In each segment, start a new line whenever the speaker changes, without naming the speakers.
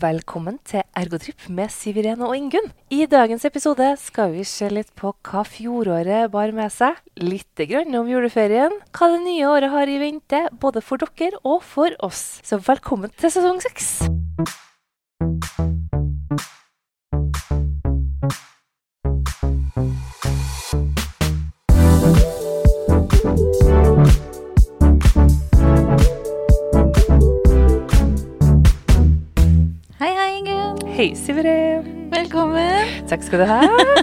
Velkommen til Ergotrip med Siv Irene og Ingunn. I dagens episode skal vi se litt på hva fjoråret bar med seg, litt grann om juleferien, hva det nye året har i vente, både for dere og for oss. Så velkommen til sesong seks.
Hei, hei, Ingunn.
Hei, Siv Irene.
Velkommen.
Takk skal du ha.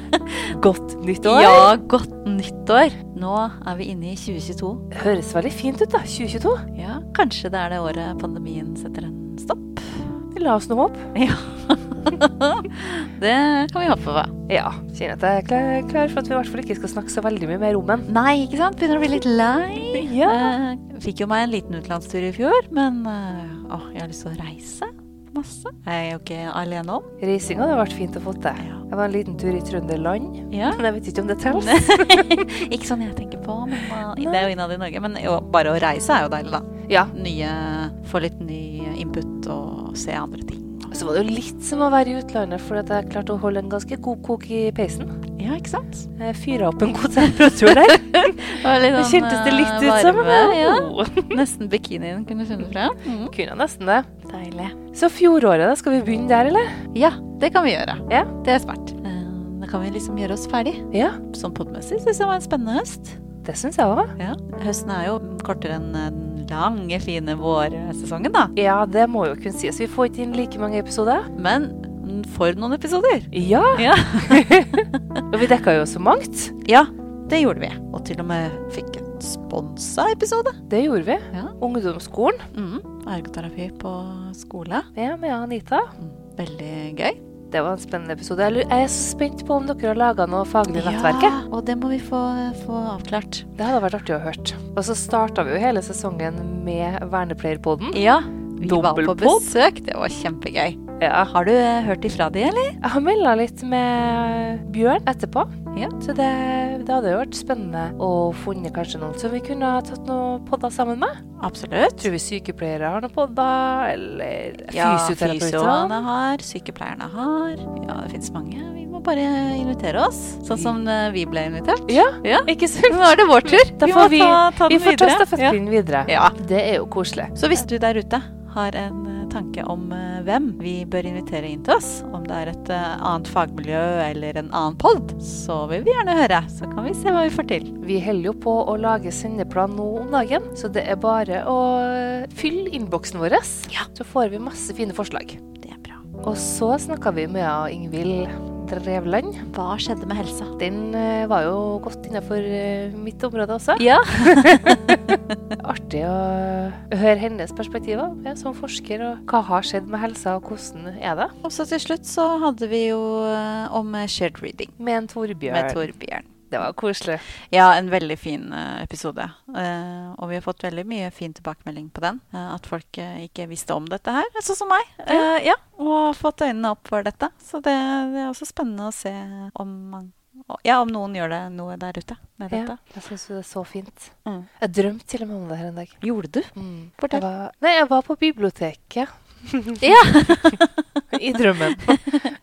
Godt nytt år.
Ja, godt nyttår. Nå er vi inne i 2022.
Høres veldig fint ut, da. 2022.
Ja, kanskje det er det året pandemien setter en stopp?
La oss nå håpe.
Det kan vi håpe på.
Ja, kjenner at jeg er klar, klar for at vi i hvert fall ikke skal snakke så veldig mye mer om den.
Nei, ikke sant? Begynner å bli litt lei.
Ja.
Eh, Fikk jo meg en liten utenlandstur i fjor, men eh, åh, jeg har lyst til å reise masse. Jeg er jo ikke alene om.
Reisinga hadde vært fint å få til.
Ja.
Jeg var en liten tur i Trøndelag,
Ja.
men jeg vet ikke om det teller.
ikke sånn jeg tenker på, men eh, det er jo innad i Norge. Men jo, bare å reise er jo deilig, da.
Ja,
nye, få litt ny input og se andre ting.
så var det jo litt som å være i utlandet, for at jeg klarte å holde en ganske god kok i peisen.
Ja, ikke sant?
Jeg fyra opp en god temperatur der.
litt
Det
sånn,
kjentes det litt
eh,
ut som.
varme,
men-
Ja.
Oh,
Nesten bikinien kunne funnet frem. Mm.
kunne nesten det.
Deilig.
Så fjoråret, da. Skal vi begynne der, eller?
Ja, det kan vi gjøre.
Ja.
Det er smart. Eh, Da kan vi liksom gjøre oss ferdig.
Ja,
Sånn podmessig syns jeg var en spennende høst.
det syns jeg òg.
Ja. Høsten er jo kortere enn den lange, fine vårsesongen, da.
Ja, det må jo kunne sies. Vi får ikke inn like mange episoder.
Men mm, for noen episoder.
Ja.
Ja.
Og vi dekka jo så mangt.
ja, det gjorde vi. Og til og med fikk en sponsa episode.
Det gjorde vi.
Ja.
Ungdomsskolen
Mm. Ergoterapi på skole.
ja, med Anita.
Veldig gøy.
Det var en spennende episode. Jeg lurer- jeg er så spent på om dere har laga noe faglig i nettverket.
Ja, og det må vi få, få avklart.
Det hadde vært artig å høre. Og så starta vi jo hele sesongen med Vernepleierpodden.
Ja, vi var på
Dobbeltpod.
besøk. Det var kjempegøy.
Ja.
Har du eh, hørt ifra de, eller?
Jeg har melda litt med Bjørn etterpå.
Ja.
Så det, det hadde jo vært spennende å funne kanskje noen som vi kunne ha tatt noen podder sammen med.
Absolutt.
Tror vi sykepleiere har noen podder, eller
Ja,
fysioterapeuter.
fysioene har, sykepleierne har. Ja, det fins mange. Vi må bare invitere oss, sånn som eh, vi ble invitert.
Ja,
Ja.
ikke sant?
Nå er det vår tur.
Da
Vi
får
må
vi-
ta, ta
Vi
den
får ta
videre.
stafettpinnen videre.
Ja.
Det er jo koselig.
Så hvis du der ute har en eh, tanke om eh, hvem vi bør invitere inn til oss, om det er et eh, annet fagmiljø eller en annen pod, så vil vi gjerne høre. Så kan vi se hva vi får til.
Vi holder jo på å lage sendeplan nå om dagen, så det er bare å fylle innboksen vår.
Ja.
Så får vi masse fine forslag.
Det er bra.
Og så snakka vi med ja, Ingvild Drevland.
Hva skjedde med helsa?
Den eh, var jo godt innafor mitt område også.
Ja.
Artig å høre hennes perspektiver ja, som forsker, og hva har skjedd med helsa, og hvordan er det?
Og så til slutt så hadde vi jo eh, om shared reading
Med en Torbjørn.
med Torbjørn.
Det var koselig.
Ja, en veldig fin eh, episode. Eh, og vi har fått veldig mye fin tilbakemelding på den. eh, at folk eh, ikke visste om dette her, sånn som meg. Eh, ja, Og har fått øynene opp for dette. Så det, det er også spennende å se om, man, ja, om noen gjør det noe der ute med
Ja,
dette.
jeg syns det er så fint.
Mm.
Jeg drømte til og med om det her en dag.
Gjorde du?
Mm.
Fortell.
Jeg var, nei, jeg var på biblioteket. I drømmen.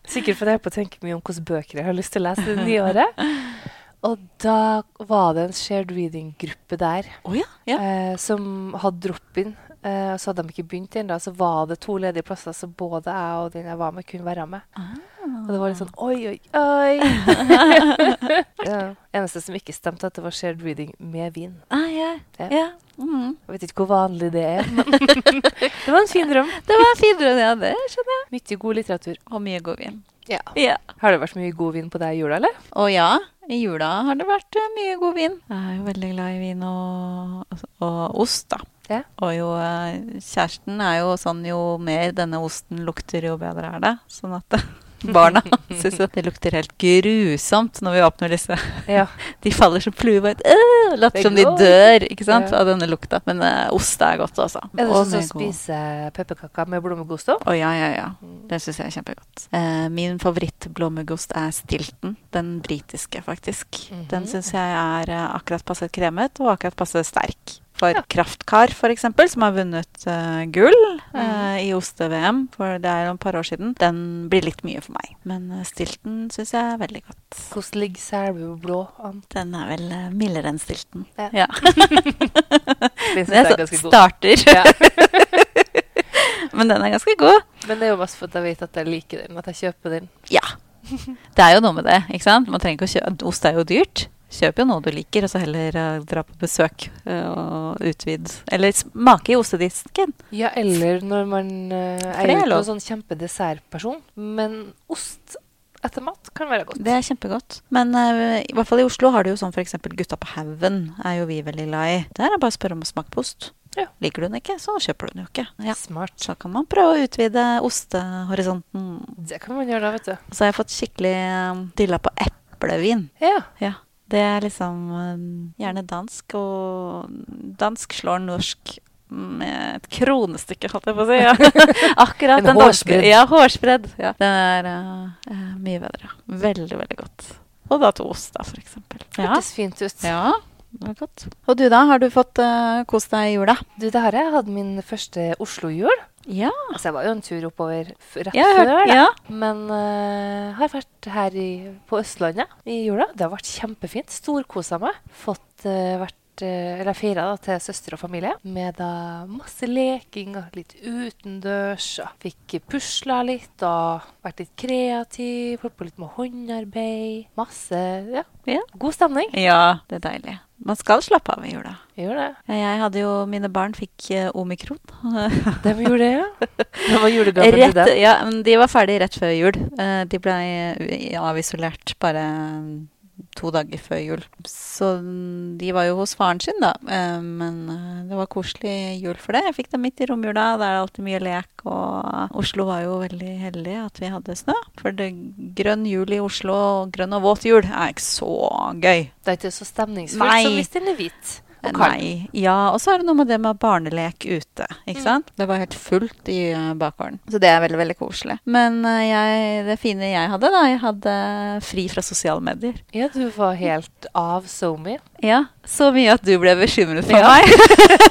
Sikkert fordi jeg holdt på å tenke mye om hvilke bøker jeg har lyst til å lese det nye året. Og da var det en shared reading-gruppe der
Å ja. ja.
eh, som hadde drop-in. Eh, og så hadde de ikke begynt ennå. Så var det to ledige plasser, så både jeg og den jeg var med, kunne være med.
Ah.
Og det var litt sånn oi, oi, oi. ja. Eneste som ikke stemte, at det var shared reading med vin.
Ah, ja.
Ja.
ja. Mm.
Jeg vet ikke hvor vanlig det er, men det var en fin drøm.
Det var en fin drøm, ja. Det skjønner jeg.
Mye god litteratur.
Og mye god vin.
Ja.
Ja.
Har det vært mye god vin på deg i jula, eller?
Og ja, i jula har det vært eh, mye god vin. Jeg er jo veldig glad i vin og, altså, og ost, da.
Ja.
Og jo, eh, kjæresten er jo sånn jo mer denne osten lukter, jo bedre er det. Sånn at barna syns jo det lukter helt grusomt når vi åpner disse.
Ja.
De faller som fluer på et øh,
Det
Later som de
går.
dør ikke sant,
Ja.
av denne lukta. Men eh, ost er godt, altså.
Er det
Og
sånn som
mye god-
spiser pepperkaker med blommegost òg?
Å ja, ja, ja. Det syns jeg er kjempegodt. Eh, min favorittblåmuggost er Stilton. Den britiske, faktisk. Den
Mhm.
syns jeg er eh, akkurat passe kremet og akkurat passe sterk. for
Ja.
Kraftkar, f.eks., som har vunnet eh, gull eh,
Mhm.
i oste-VM for det er jo et par år siden. Den blir litt mye for meg, men eh, stilten syns jeg er veldig godt.
Hvordan ligger Selbublå an?
Den er vel eh, mildere enn stilten.
Ja.
Ja.
Den synes
Det
jeg er
er
ganske
så-
god.
starter,
Ja.
men den er ganske god.
Men det er jo mest fordi jeg vet at jeg liker den, at jeg kjøper den.
Ja. Det er jo noe med det. ikke sant? Man trenger ikke å kjøpe, Ost er jo dyrt. Kjøp jo noe du liker, og så heller eh, dra på besøk eh, og utvid. Eller smake i ostedisken.
Ja, eller når man eh,
For
er jo
det er
ikke
lov.
noen sånn kjempedessertperson, men ost etter mat kan være godt.
Det er kjempegodt. Men eh, i hvert fall i Oslo har du jo sånn f.eks. Gutta på haugen er jo vi veldig glad i. Der er det bare å spørre om å smake på ost.
Ja.
Liker du den ikke, så kjøper du den jo ikke. Ja.
Smart.
Så kan man prøve å utvide ostehorisonten.
Det kan man gjøre da, vet du.
Så har jeg fått skikkelig eh, dilla på eplevin.
Ja.
Ja. Det er liksom eh, gjerne dansk, og dansk slår norsk med et kronestykke, holdt jeg på å si. Ja. Akkurat
En
den danske.
hårsbredd.
Ja, hårsbredd. Ja. Den er eh, eh, mye bedre. Veldig, veldig godt. Og da til ost, da, for eksempel. Ja.
Hørtes fint ut.
ja. Det var godt. Og du, da? Har du fått eh, kost deg i jula?
Du, det har jeg hatt min første Oslo-jul.
Ja.
Altså, jeg var jo en tur oppover f- rett
Jeg har
før.
hørt
da.
ja.
Men uh, har vært her i, på Østlandet i jula. Det har vært kjempefint. Storkosa meg. Fått eh, vært eh, eller feira til søster og familie med da masse leking og litt utendørs. Og fikk pusla litt og vært litt kreativ. Holdt på litt med håndarbeid. Masse ja,
Ja.
god stemning.
ja. Det er deilig. Man skal slappe av i jula.
Gjør det.
Jeg hadde jo Mine barn fikk eh, omikron.
De gjorde det, ja. Det var julegaven til
Rett,
dem.
ja, men de var ferdige rett før jul. Eh, De ble eh, avisolert bare mm, to dager før jul. Så mm, de var jo hos faren sin, da. Eh, Men eh, det var koselig jul for det. Jeg fikk dem midt i romjula. Da er det alltid mye lek. Og Oslo var jo veldig heldig at vi hadde snø. For det grønn jul i Oslo, og grønn og våt jul, er ikke så gøy.
Det er ikke så stemningsfullt
Nei. Eh,
som hvis den er hvit og kald.
Nei. Ja, og så er det noe med det med barnelek ute. ikke sant? Mm. Det var helt fullt i eh, bakgården. Så det er veldig veldig koselig. Men eh, jeg, det fine jeg hadde, da, jeg hadde fri fra sosiale medier.
Ja, du var helt av SoMe.
Ja, Så mye at du ble bekymret for
Ja.
meg.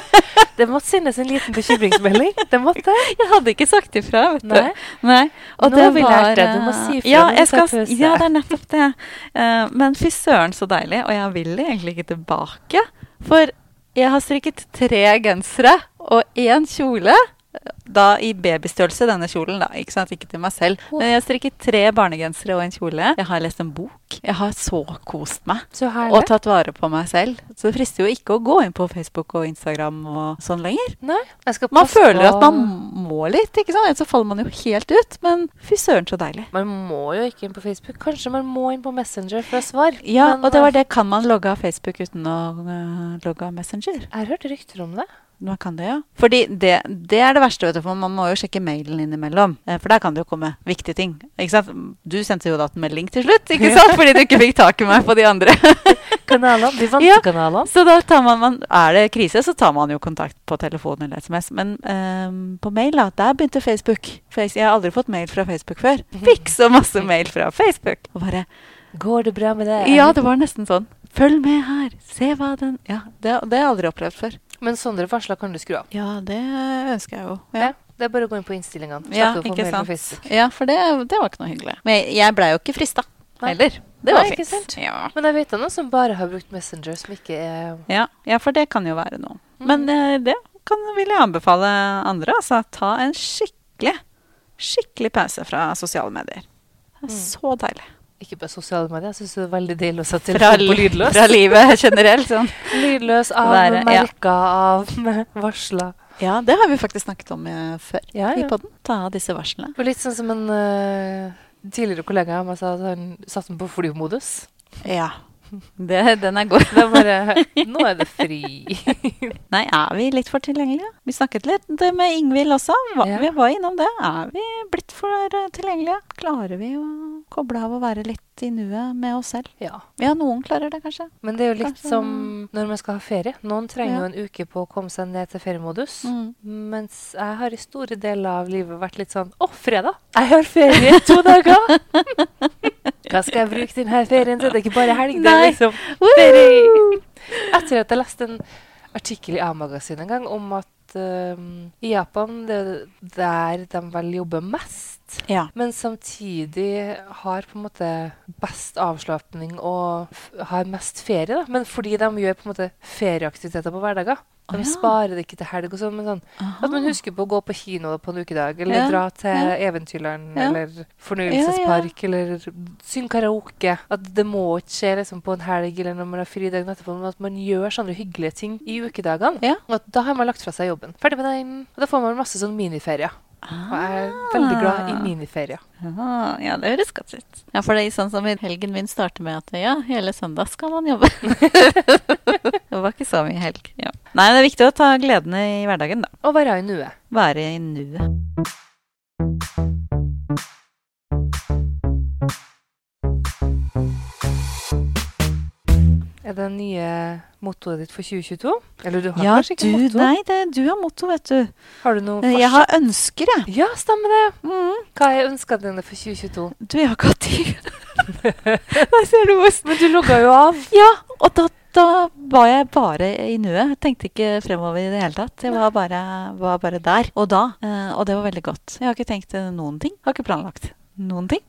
Det måtte sendes en liten bekymringsmelding. Det måtte.
Jeg hadde ikke sagt ifra. vet du.
Nei.
Nei.
Nå har vi lært det. Du må si ifra
eh, Ja,
når vi tar
jeg skal,
pause.
ja, det er nettopp det. Eh, men fy søren, så deilig. Og jeg vil egentlig ikke tilbake. For jeg har strikket tre gensere og én kjole. eh, Da i babystørrelse, denne kjolen, da. Ikke sant, ikke til meg selv. Men jeg har strikket tre barnegensere og en kjole. Jeg har lest en bok. Jeg har så kost meg.
Så
Og
herlig.
tatt vare på meg selv. Så det frister jo ikke å gå inn på Facebook og Instagram og sånn lenger.
Nei, jeg skal
Man
passe
føler
på-
at man må litt, ikke sant? Ellers så faller man jo helt ut. Men fy søren, så deilig.
Man må jo ikke inn på Facebook. Kanskje man må inn på Messenger for å svare.
Ja,
Men,
og det
eh,
var det. Kan man logge av Facebook uten å øh, logge av Messenger?
Jeg hørte rykter om det.
Man kan det, ja. Fordi det, det er det verste, vet du. For man må jo sjekke mailen innimellom. eh, For der kan det jo komme viktige ting. Ikke sant? Du sendte jo da en melding til slutt, ikke sant? Fordi du ikke fikk tak i meg på de andre.
Kanalene. De vante
Ja.
kanalene.
Så da tar man, man Er det krise, så tar man jo kontakt på telefon eller SMS. Men ehm, på mail, da. Der begynte Facebook. Face, jeg har aldri fått mail fra Facebook før. Fikk så masse mail fra Facebook. Og bare
Går det bra med det?
Ja, det var nesten sånn. Følg med her. Se hva den Ja, det, det har jeg aldri opplevd før.
Men sånne varsler kan du skru av.
Ja, det ønsker jeg jo.
Ja. Det er bare å gå inn på innstillingene. Slapp
Ja,
å få
ikke
mail på
sant.
Facebook.
Ja, for det, det var ikke noe hyggelig. Men jeg blei jo ikke frista
Nei.
heller. Det var
Nei, ikke
fint.
sant?
Ja.
Men jeg vet om noen som bare har brukt Messenger, som ikke er
Ja, ja, for det kan jo være noe.
Mm.
Men eh, det kan, vil jeg anbefale andre. Altså, ta en skikkelig, skikkelig pause fra sosiale medier. Det er så deilig.
Ikke på sosiale medier. Jeg syns Mm. det er veldig deilig å sette
Fra,
telefonen på
li-
lydløs.
fra livet generelt. Sånn.
Lydløs av
Være- ja.
merker av med varsler.
Ja, det har vi faktisk snakket om eh, før
Ja,
i
ja.
podden. Ta av disse varslene.
Det var litt sånn som en eh, tidligere kollega av meg sa, at han satte den på flymodus.
Ja. Det, den er god.
Det er bare Nå er det fri.
Nei, er vi litt for tilgjengelige? Vi snakket litt det med Ingvild også. Hva,
Ja.
Vi var innom det. Er vi blitt for eh, tilgjengelige? Klarer vi å koble av og være litt i nuet med oss selv?
Ja.
Ja, noen klarer det kanskje.
Men det er jo litt
Kanskje-
som når man skal ha ferie. Noen trenger jo
Altså- Ja.
en uke på å komme seg ned til feriemodus.
Mm.
Mens jeg har i store deler av livet vært litt sånn Å, fredag! Jeg har ferie i to dager! Hva skal jeg bruke denne ferien til? Det er ikke bare helg, det er
Nei.
liksom
Woo!
ferie! Etter at jeg leste en artikkel i A-magasinet en gang om at eh, i Japan det er der de vel jobber mest.
Ja.
Men samtidig har på en måte best avslapning og f har mest ferie. da. Men fordi de gjør på en måte ferieaktiviteter på hverdager.
Å,
De
ja.
sparer det ikke til helg. og sånn, men sånn,
Aha.
At man husker på å gå på kino på en ukedag, eller
Ah. Ja,
dra til
ja.
Eventyrland,
Ja.
eller fornøyelsespark, eller synge karaoke. At det må ikke skje liksom, på en helg eller når man har fri dagen etterpå, men at man gjør sånne hyggelige ting i ukedagene.
Ja.
Og at da har man lagt fra seg jobben. Ferdig med den. Og da får man masse sånn miniferier. Og jeg er
Ah.
veldig glad i miniferier.
Ah, ja, det høres godt ut. Ja, for det er sånn som helgen min starter med at ja, hele søndag skal man jobbe. det var ikke så mye helg. Ja. Nei, det er viktig å ta gledene i hverdagen, da.
Og være i nuet.
Være i nuet.
Er det nye mottoet ditt for 2022? Eller du har
Ja,
kanskje ikke
du,
motto?
nei, det, du har motto, vet du.
Har du noe
Jeg
fars-
har ønsker, jeg.
Ja, stemmer det.
Mm.
Hva er ønskene dine for 2022?
Du, jeg har ikke hatt tid. Nei, ser du hvor
Men du logga jo av.
Ja, og da, da var jeg bare i nuet. Jeg Tenkte ikke fremover i det hele tatt. Jeg var bare, var bare der og da. Eh, og det var veldig godt. Jeg har ikke tenkt eh, noen ting. Har ikke planlagt noen ting.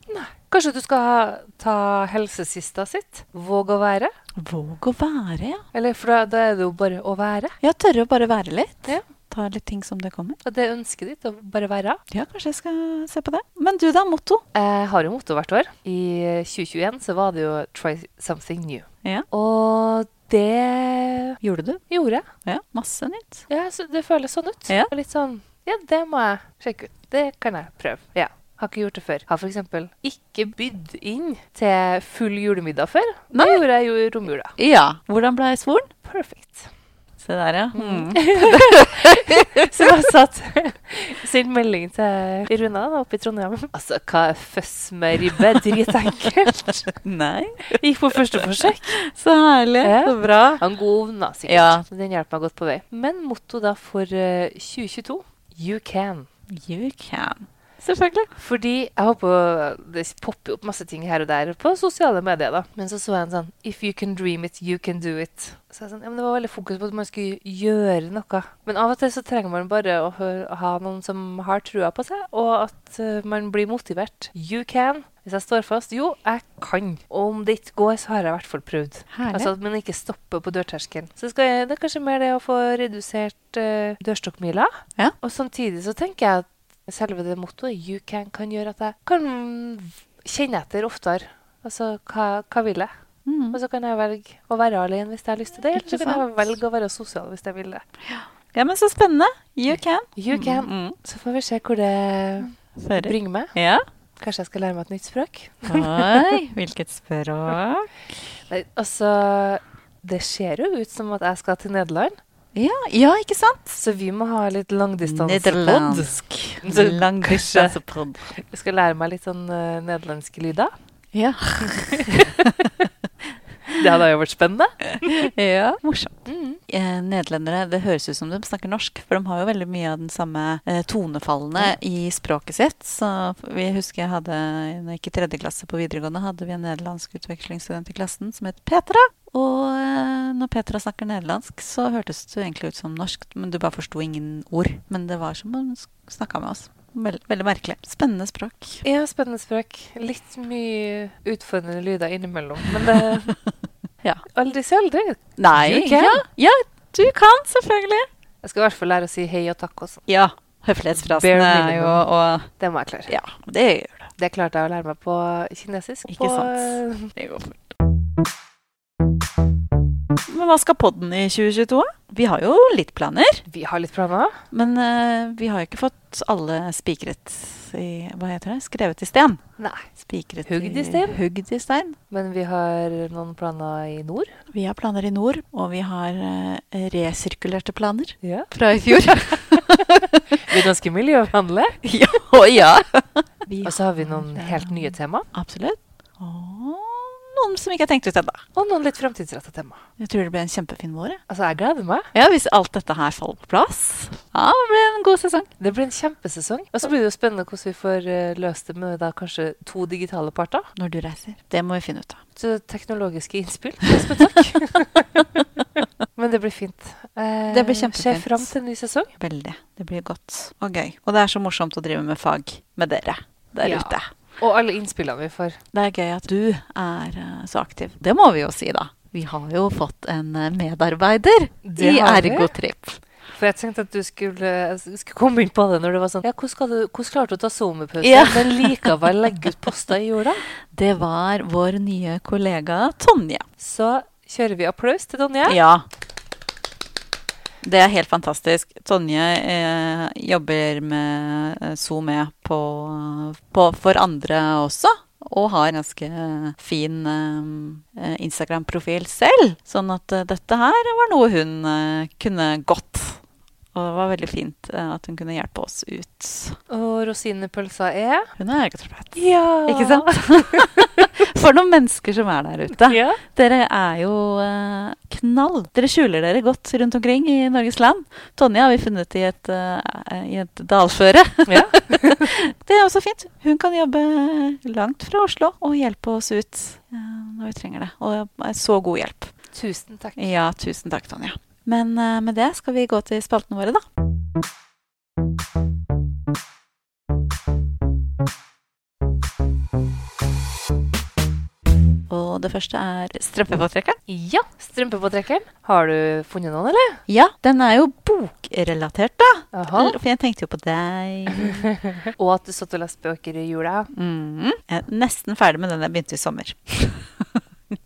Kanskje du skal ta helsesista sitt? Våg å være?
Våg å være, ja.
Eller for da, da er det jo bare å være.
Ja, tørre å bare være litt.
Ja.
Ta litt ting som det kommer.
Og det er ønsket ditt å bare være.
Ja, kanskje jeg skal se på det. Men du da, motto?
Jeg har jo motto hvert år. I 2021 så var det jo 'try something new'.
Ja.
Og det
Gjorde du?
gjorde jeg.
Ja, masse nytt.
Ja, så det føles sånn ut.
Ja.
Og Litt sånn Ja, det må jeg sjekke ut. Det kan jeg prøve. Ja. Har ikke gjort det før. Har f.eks. ikke bydd inn til full julemiddag før.
Nei.
Det gjorde jeg jo i romjula.
Ja. Hvordan ble jeg svoren?
Perfect.
Se der, ja.
Mm.
Mm.
Så jeg satt sin melding til Runa da, oppe i Trondheim. Altså, hva er føss med ribbe? Dritenkelt.
Nei.
Gikk på første forsøk.
Så herlig.
Ja.
Så bra.
Han god ovn, da, sikkert.
Ja.
Den hjelper meg godt på vei. Men motto da for eh, 2022 You can.
You can. Selvfølgelig.
Fordi jeg håper Det popper jo opp masse ting her og der på sosiale medier, da. Men så så jeg en sånn If you can dream it, you can do it. Så jeg sånn, ja, men Det var veldig fokus på at man skulle gjøre noe. Men av og til så trenger man bare å hø- ha noen som har trua på seg, og at eh, man blir motivert. You can. Hvis jeg står fast Jo, jeg kan. Og om det ikke går, så har jeg i hvert fall prøvd.
Herlig.
Altså at man ikke stopper på dørterskelen. Så skal jeg, det er kanskje mer det å få redusert eh, dørstokkmila.
Ja.
Og samtidig så tenker jeg at selve det mottoet you can kan gjøre at jeg kan kjenne etter oftere. Altså hva, hva vil jeg?
Mm.
Og så kan jeg velge å være alene hvis jeg har lyst til det, eller så
Ikke
kan jeg
sant?
velge å være sosial hvis jeg vil det.
Ja, men så spennende. You can.
You can.
Mm.
Så får vi se hvor det
Fører.
bringer meg.
Ja.
Kanskje jeg skal lære meg et nytt språk?
Oi, hvilket språk.
Nei, altså Det ser jo ut som at jeg skal til Nederland,
Ja, ja ikke sant?
så vi må ha litt langdistansepod.
Nederlandsk.
Så
Langdistansepod.
Jeg skal lære meg litt sånn eh, nederlandske lyder.
Ja.
Det hadde jo vært spennende.
ja. Morsomt.
Mm.
Eh, nederlendere, det høres ut som de snakker norsk, for de har jo veldig mye av den samme eh, tonefallene i språket sitt. Så vi husker jeg hadde, når jeg gikk i tredje klasse på videregående, hadde vi en nederlandsk utvekslingsstudent i klassen som het Petra. Og eh, når Petra snakker nederlandsk, så hørtes det jo egentlig ut som norsk, men du bare forsto ingen ord. Men det var som om hun snakka med oss. Veld, veldig merkelig. Spennende språk.
Ja, spennende språk. Litt mye utfordrende lyder innimellom, men det
Ja.
Aldri si aldri. Jeg
Nei.
You can.
Ja, ja, du kan, selvfølgelig.
skal i hvert fall lære å si hei og takk også.
Ja. Høflighetsfrasen
Bare
er jo
minimum.
og
Det må jeg klare.
Ja, det gjør det.
Det klarte jeg å lære meg på kinesisk.
Ikke
på,
sant. det går fort. Men hva skal podden i 2022? Vi har jo litt planer,
eh, Vi har litt planer.
men eh, vi har jo ikke fått alle spikret i Hva heter det? Skrevet i sten.
Nei.
Spikret
Hugd i stein.
Hugd i stein.
Men vi har noen planer i nord.
Vi har planer i nord, og vi har eh, resirkulerte planer
Ja.
fra i fjor.
Vi er ganske miljøvennlige.
ja, og ja. Vi
Og så har vi noen helt nye tema.
Absolutt. Og noen som ikke er tenkt ut ennå.
Og noen litt framtidsretta tema.
Jeg tror det blir en kjempefin vår. jeg.
Altså, jeg gleder meg.
Ja, hvis alt dette her faller på plass. Ja, det blir en god sesong.
Det blir en kjempesesong. Og så blir det jo spennende hvordan vi får eh, løst det med da kanskje to digitale parter.
Når du reiser. Det må vi finne ut av.
Så teknologiske innspill. Espen, takk. Men det blir fint. Eh,
Det blir kjempefint.
Ser fram til en ny sesong.
Veldig. Det blir godt og gøy. Og det er så morsomt å drive med fag med dere der
Ja.
ute.
Og alle innspillene vi får.
Det er gøy at du er eh, så aktiv. Det må vi jo si, da. Vi har jo fått en eh, medarbeider
Det
i
har vi.
Ergotrip.
For jeg tenkte at du skulle, jeg skulle komme inn på det når det var sånn Ja, hvordan, skal du, hvordan klarte du å ta sommerpause,
Ja.
men likevel legge ut poster i jorda?
Det var vår nye kollega Tonje.
Så kjører vi applaus til Tonje.
Ja. Det er helt fantastisk. Tonje eh, jobber med eh, SoMe på, på, for andre også. Og har en ganske eh, fin eh, eh, Instagram-profil selv. Sånn at eh, dette her var noe hun eh, kunne godt. Og det var veldig fint eh, at hun kunne hjelpe oss ut.
Og rosinepølsa er
Hun er ergoterapeut.
Ja!
Ikke sant? For noen mennesker som er der ute.
Ja.
Dere er jo eh, knall. Dere skjuler dere godt rundt omkring i Norges land. Tonje har vi funnet i et, eh, i et dalføre.
ja.
Det er også fint. Hun kan jobbe langt fra Oslo og hjelpe oss ut eh, når vi trenger det. Og er så god hjelp.
Tusen takk.
Ja, tusen takk, Tonje. Men eh, med det skal vi gå til spaltene våre, da. Og det første er strømpepåtrekkeren.
Ja, strømpepåtrekkeren. Har du funnet noen, eller?
Ja, den er jo bokrelatert, da.
Aha.
For jeg tenkte jo på deg.
Og at du satt og leste bøker i jula.
Mm. Jeg er nesten ferdig med den jeg begynte i sommer.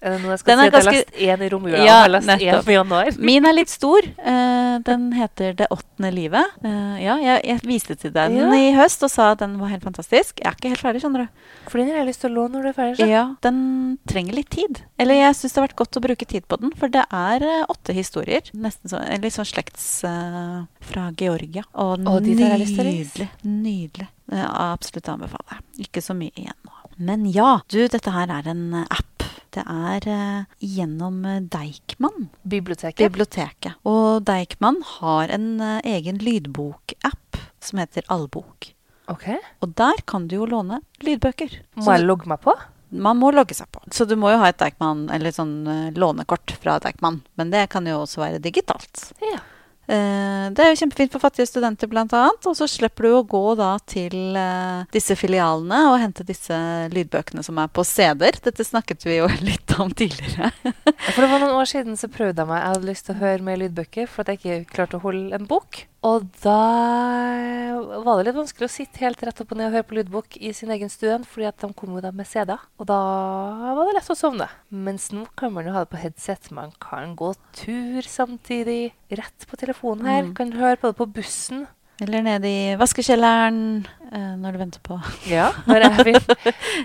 Er det noe jeg skal
Den
si at jeg
er
har
ganske-
lest én i romjula, og
Ja,
jeg har lest
nettopp.
én i januar?
Min er litt stor. Eh, Den heter Det åttende livet. Eh, Ja, jeg, jeg viste til den
Ja.
i høst og sa at den var helt fantastisk. Jeg er ikke helt ferdig, skjønner du.
For den har jeg lyst til å låne når du er ferdig. så.
Ja, Den trenger litt tid. Eller jeg syns det har vært godt å bruke tid på den, for det er eh, åtte historier. Nesten sånn, en litt sånn slekts eh, fra Georgia. Og
Å, de der har jeg lyst til å lese.
nydelig. Nydelig. Eh, absolutt anbefaler. Ikke så mye igjen nå. Men ja, du, dette her er en eh, app. Det er eh, gjennom eh, Deichman.
Biblioteket.
Biblioteket. Og Deichman har en eh, egen lydbokapp som heter Allbok.
Ok.
Og der kan du jo låne lydbøker.
Må
Så
jeg logge meg på?
man må logge seg på. Så du må jo ha et Deichman, eller sånn eh, lånekort fra Deichman. Men det kan jo også være digitalt.
Ja.
Eh, Det er jo kjempefint for fattige studenter, blant annet. Og så slipper du å gå da til eh, disse filialene og hente disse lydbøkene som er på CD-er. Dette snakket vi jo litt om tidligere.
For det var noen år siden så prøvde jeg meg. Jeg hadde lyst til å høre mer lydbøker, for at jeg ikke klarte å holde en bok. Og da var det litt vanskelig å sitte helt rett opp og ned og høre på lydbok i sin egen stue, fordi at de kom jo da med CD-er. Og da var det lett å sovne. Mens nå kan man jo ha det på headset. Man kan gå tur samtidig. Rett på telefonen her.
Mm.
Kan høre på det på bussen.
Eller nede i vaskekjelleren eh, når du venter på
Ja, når jeg vil.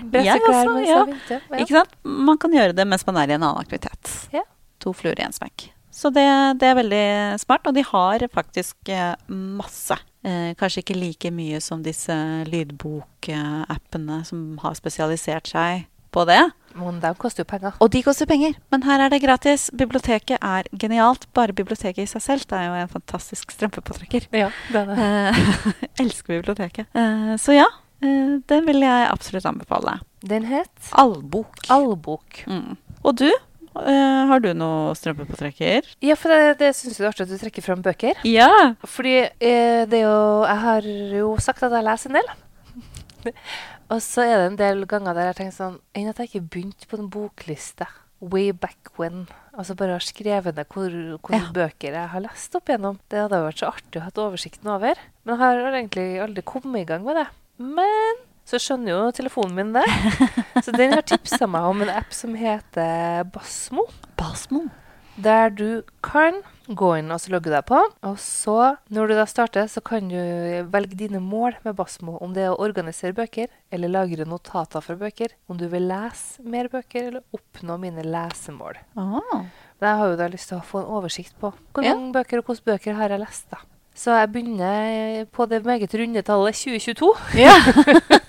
Brette
Ja,
klær
altså,
mens
ja.
jeg venter. Ja.
Ikke sant? Man kan gjøre det mens man er i en annen aktivitet.
Ja.
To fluer i en smekk. Så det, det er veldig smart, og de har faktisk eh, masse. Eh, kanskje ikke like mye som disse lydbokappene som har spesialisert seg på det.
Men de koster jo penger.
Og de koster penger, men her er det gratis. Biblioteket er genialt. Bare biblioteket i seg selv det er jo en fantastisk strømpepåtrekker.
Ja, det er det.
Eh, elsker biblioteket. Eh, så ja, eh, den vil jeg absolutt anbefale.
Den het
Allbok.
Allbok.
Mm. Og du? Eh, har du noe strømpepåtrekker?
Ja, for det, det syns jeg det er artig at du trekker fram bøker.
Ja.
Fordi eh, det er jo Jeg har jo sagt at jeg leser en del. Og så er det en del ganger der jeg har tenkt sånn Enn at jeg ikke begynte på en bokliste way back when. Altså bare har skrevet ned hvor, hvor
Ja.
bøker jeg har lest opp gjennom. Det hadde jo vært så artig å ha hatt oversikten over. Men jeg har egentlig aldri kommet i gang med det. Men så skjønner jo telefonen min det. Så den har tipsa meg om en app som heter Basmo.
Basmo.
Der du kan gå inn og så logge deg på. Og så, når du da starter, så kan du velge dine mål med Basmo. Om det er å organisere bøker, eller lagre notater fra bøker. Om du vil lese mer bøker, eller oppnå mine lesemål.
Ah.
Men jeg har jo da lyst til å få en oversikt på hvor
Ja.
mange bøker og hvilke bøker har jeg lest, da. Så jeg begynner eh, på det meget runde tallet 2022.
Ja.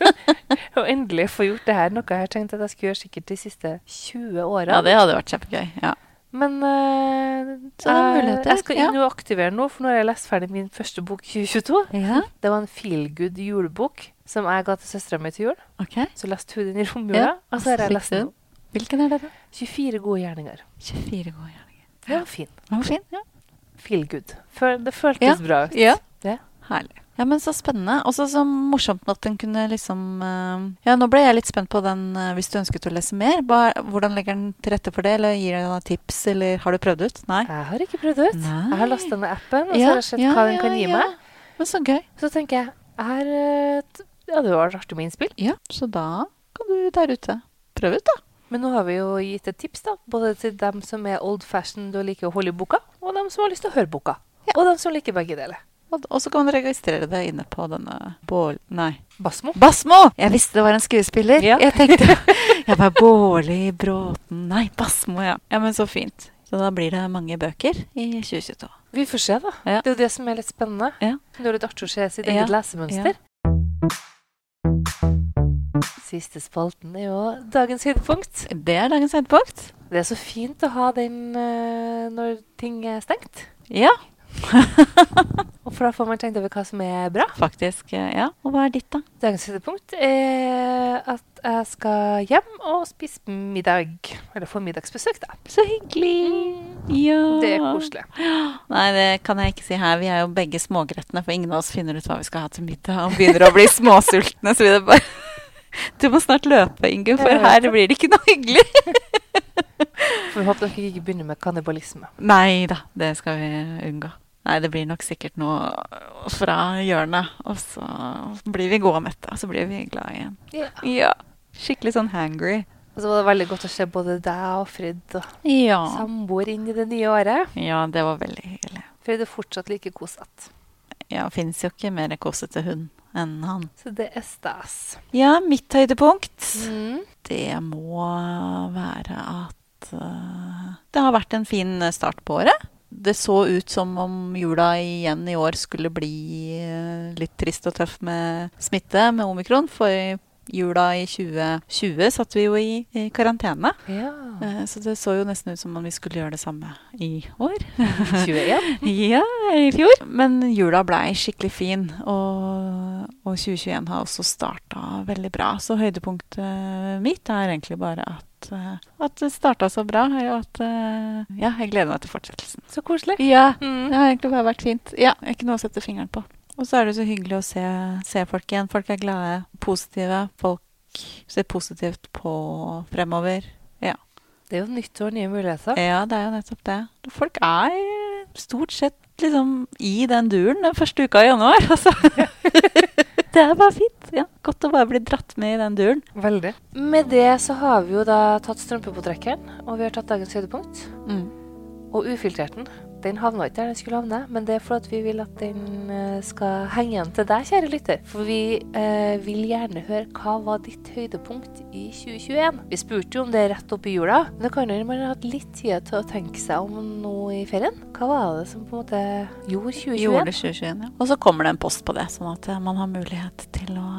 Og endelig få gjort det her, noe jeg har tenkt at jeg skulle gjøre sikkert de siste 20 årene.
ja, det hadde vært kjempegøy. Ja.
Men eh,
Så det er
jeg-
muligheter,
jeg skal inn
ja.
og aktivere nå, for nå har jeg lest ferdig min første bok i 2022. Det var en feelgood julebok som jeg ga til søstera mi til jul.
Ok.
Så leste hun den i romjula.
Ja,
og så har jeg
så
lest den.
Hvilken er det, da?
24 gode gjerninger.
24 gode gjerninger.
Det var fin.
Den var fin. Ja.
Feel good. Føl, det føltes bra ut.
Ja.
Ja.
Herlig. Ja, men så spennende. Og så morsomt at den kunne liksom eh, Ja, nå ble jeg litt spent på den eh, hvis du ønsket å lese mer. Hva- hvordan legger den til rette for det, eller gir den deg tips, eller har du prøvd ut? Nei.
Jeg har ikke prøvd det ut.
Nei.
Jeg har lasta ned appen og så
Ja,
har jeg sett
ja,
hva den
ja,
kan gi
ja.
meg.
Men så gøy.
Så tenker jeg her, eh, t- ja, det var artig med innspill.
Ja, så da kan du der ute prøve ut, da.
Men nå har vi jo gitt et tips da, både til dem som er old fashioned og liker å holde i boka, og dem som har lyst til å høre boka.
Ja.
Og dem som liker begge deler.
Og, og så kan man registrere det inne på denne Bål... Nei.
Basmo.
Basmo! Jeg visste det var en skuespiller.
Ja.
Jeg tenkte Jeg var Bårli Bråten Nei, Basmo, ja. Ja, men så fint. Så da blir det mange bøker i 2022.
Vi får se, da.
Ja.
Det er jo det som er litt spennende.
Ja.
Det er litt artig å se sitt
Ja.
eget lesemønster. Siste spalten er jo dagens høydepunkt.
Det er dagens høydepunkt.
Det er så fint å ha den eh, når ting er stengt.
Ja,
Og for da får man tenkt over hva som er bra.
faktisk. eh, Ja. Og hva er ditt, da?
Dagens høydepunkt er at jeg skal hjem og spise middag. Eller få middagsbesøk, da.
Så hyggelig. Ja.
Mm. Det er koselig.
Nei, det kan jeg ikke si her. Vi er jo begge smågretne, for ingen av oss finner ut hva vi skal ha til middag og begynner å bli småsultne. Så vi er bare Du må snart løpe, Ingunn, for
Jeg vet
her blir det ikke noe hyggelig.
Får håpe dere ikke begynner med kannibalisme.
Nei da, det skal vi unngå. Nei, det blir nok sikkert noe fra hjørnet. Og så blir vi gode og mette, og så blir vi glade igjen. Ja. Skikkelig sånn hangry.
Og så var det veldig godt å se både deg og Fred og
Ja.
samboer inn i det nye året.
ja, det var veldig hyggelig.
Fred er fortsatt like kosete.
Ja, fins jo ikke mer kåsete hund enn han.
Så det er stas.
Ja, mitt høydepunkt.
Mm.
Det må være at eh, det har vært en fin start på året. Det så ut som om jula igjen i år skulle bli eh, litt trist og tøff med smitte med omikron. For i jula i 2020 satt vi jo i, i karantene.
Ja.
Eh, Så det så jo nesten ut som om vi skulle gjøre det samme i år.
21.
Ja, i fjor. Men jula blei skikkelig fin, og, og 2021 har også starta veldig bra. Så høydepunktet mitt er egentlig bare at, eh, at det starta så bra, og at eh, Ja, jeg gleder meg til fortsettelsen.
Så koselig.
Ja, det
Mm.
har egentlig bare vært fint. Ja, Ikke noe å sette fingeren på. Og så er det så hyggelig å se, se folk igjen. Folk er glade, positive. Folk ser positivt på fremover.
Det er jo nytt år, nye muligheter.
Ja, det er jo nettopp det. Folk er stort sett liksom i den duren den første uka i januar. Altså. det er bare fint. Ja. Godt å bare bli dratt med i den duren.
Veldig. Med det så har vi jo da tatt strømpepåtrekkeren, og vi har tatt dagens høydepunkt.
Mm.
Og ufilterten. Den havna ikke der den skulle havne, men det er fordi vi vil at den eh, skal henge igjen til deg, kjære lytter. For vi eh, vil gjerne høre hva var ditt høydepunkt i 2021? Vi spurte jo om det er rett opp i jula, men det kan jo man ha hatt litt tid til å tenke seg om nå i ferien. Hva var det som på en måte gjorde 2021?
Gjorde det 2021, ja. Og så kommer det en post på det, sånn at eh, man har mulighet til å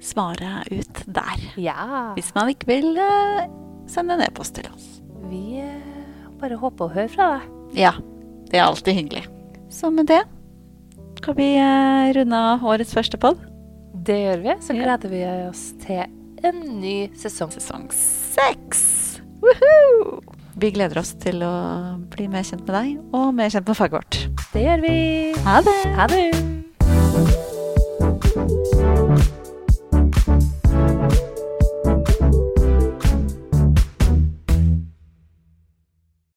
svare ut der.
Ja.
Hvis man ikke vil eh, sende en e-post til oss.
Vi eh, bare håper å høre fra deg.
Ja. Det er alltid hyggelig. Så med det kan vi eh, runde av årets første pod.
Det gjør vi. Så
Ja.
gleder vi oss til en ny sesong.
sesong seks. Woohoo! Vi gleder oss til å bli mer kjent med deg og mer kjent med faget vårt.
Det gjør vi.
Ha det!
Ha det.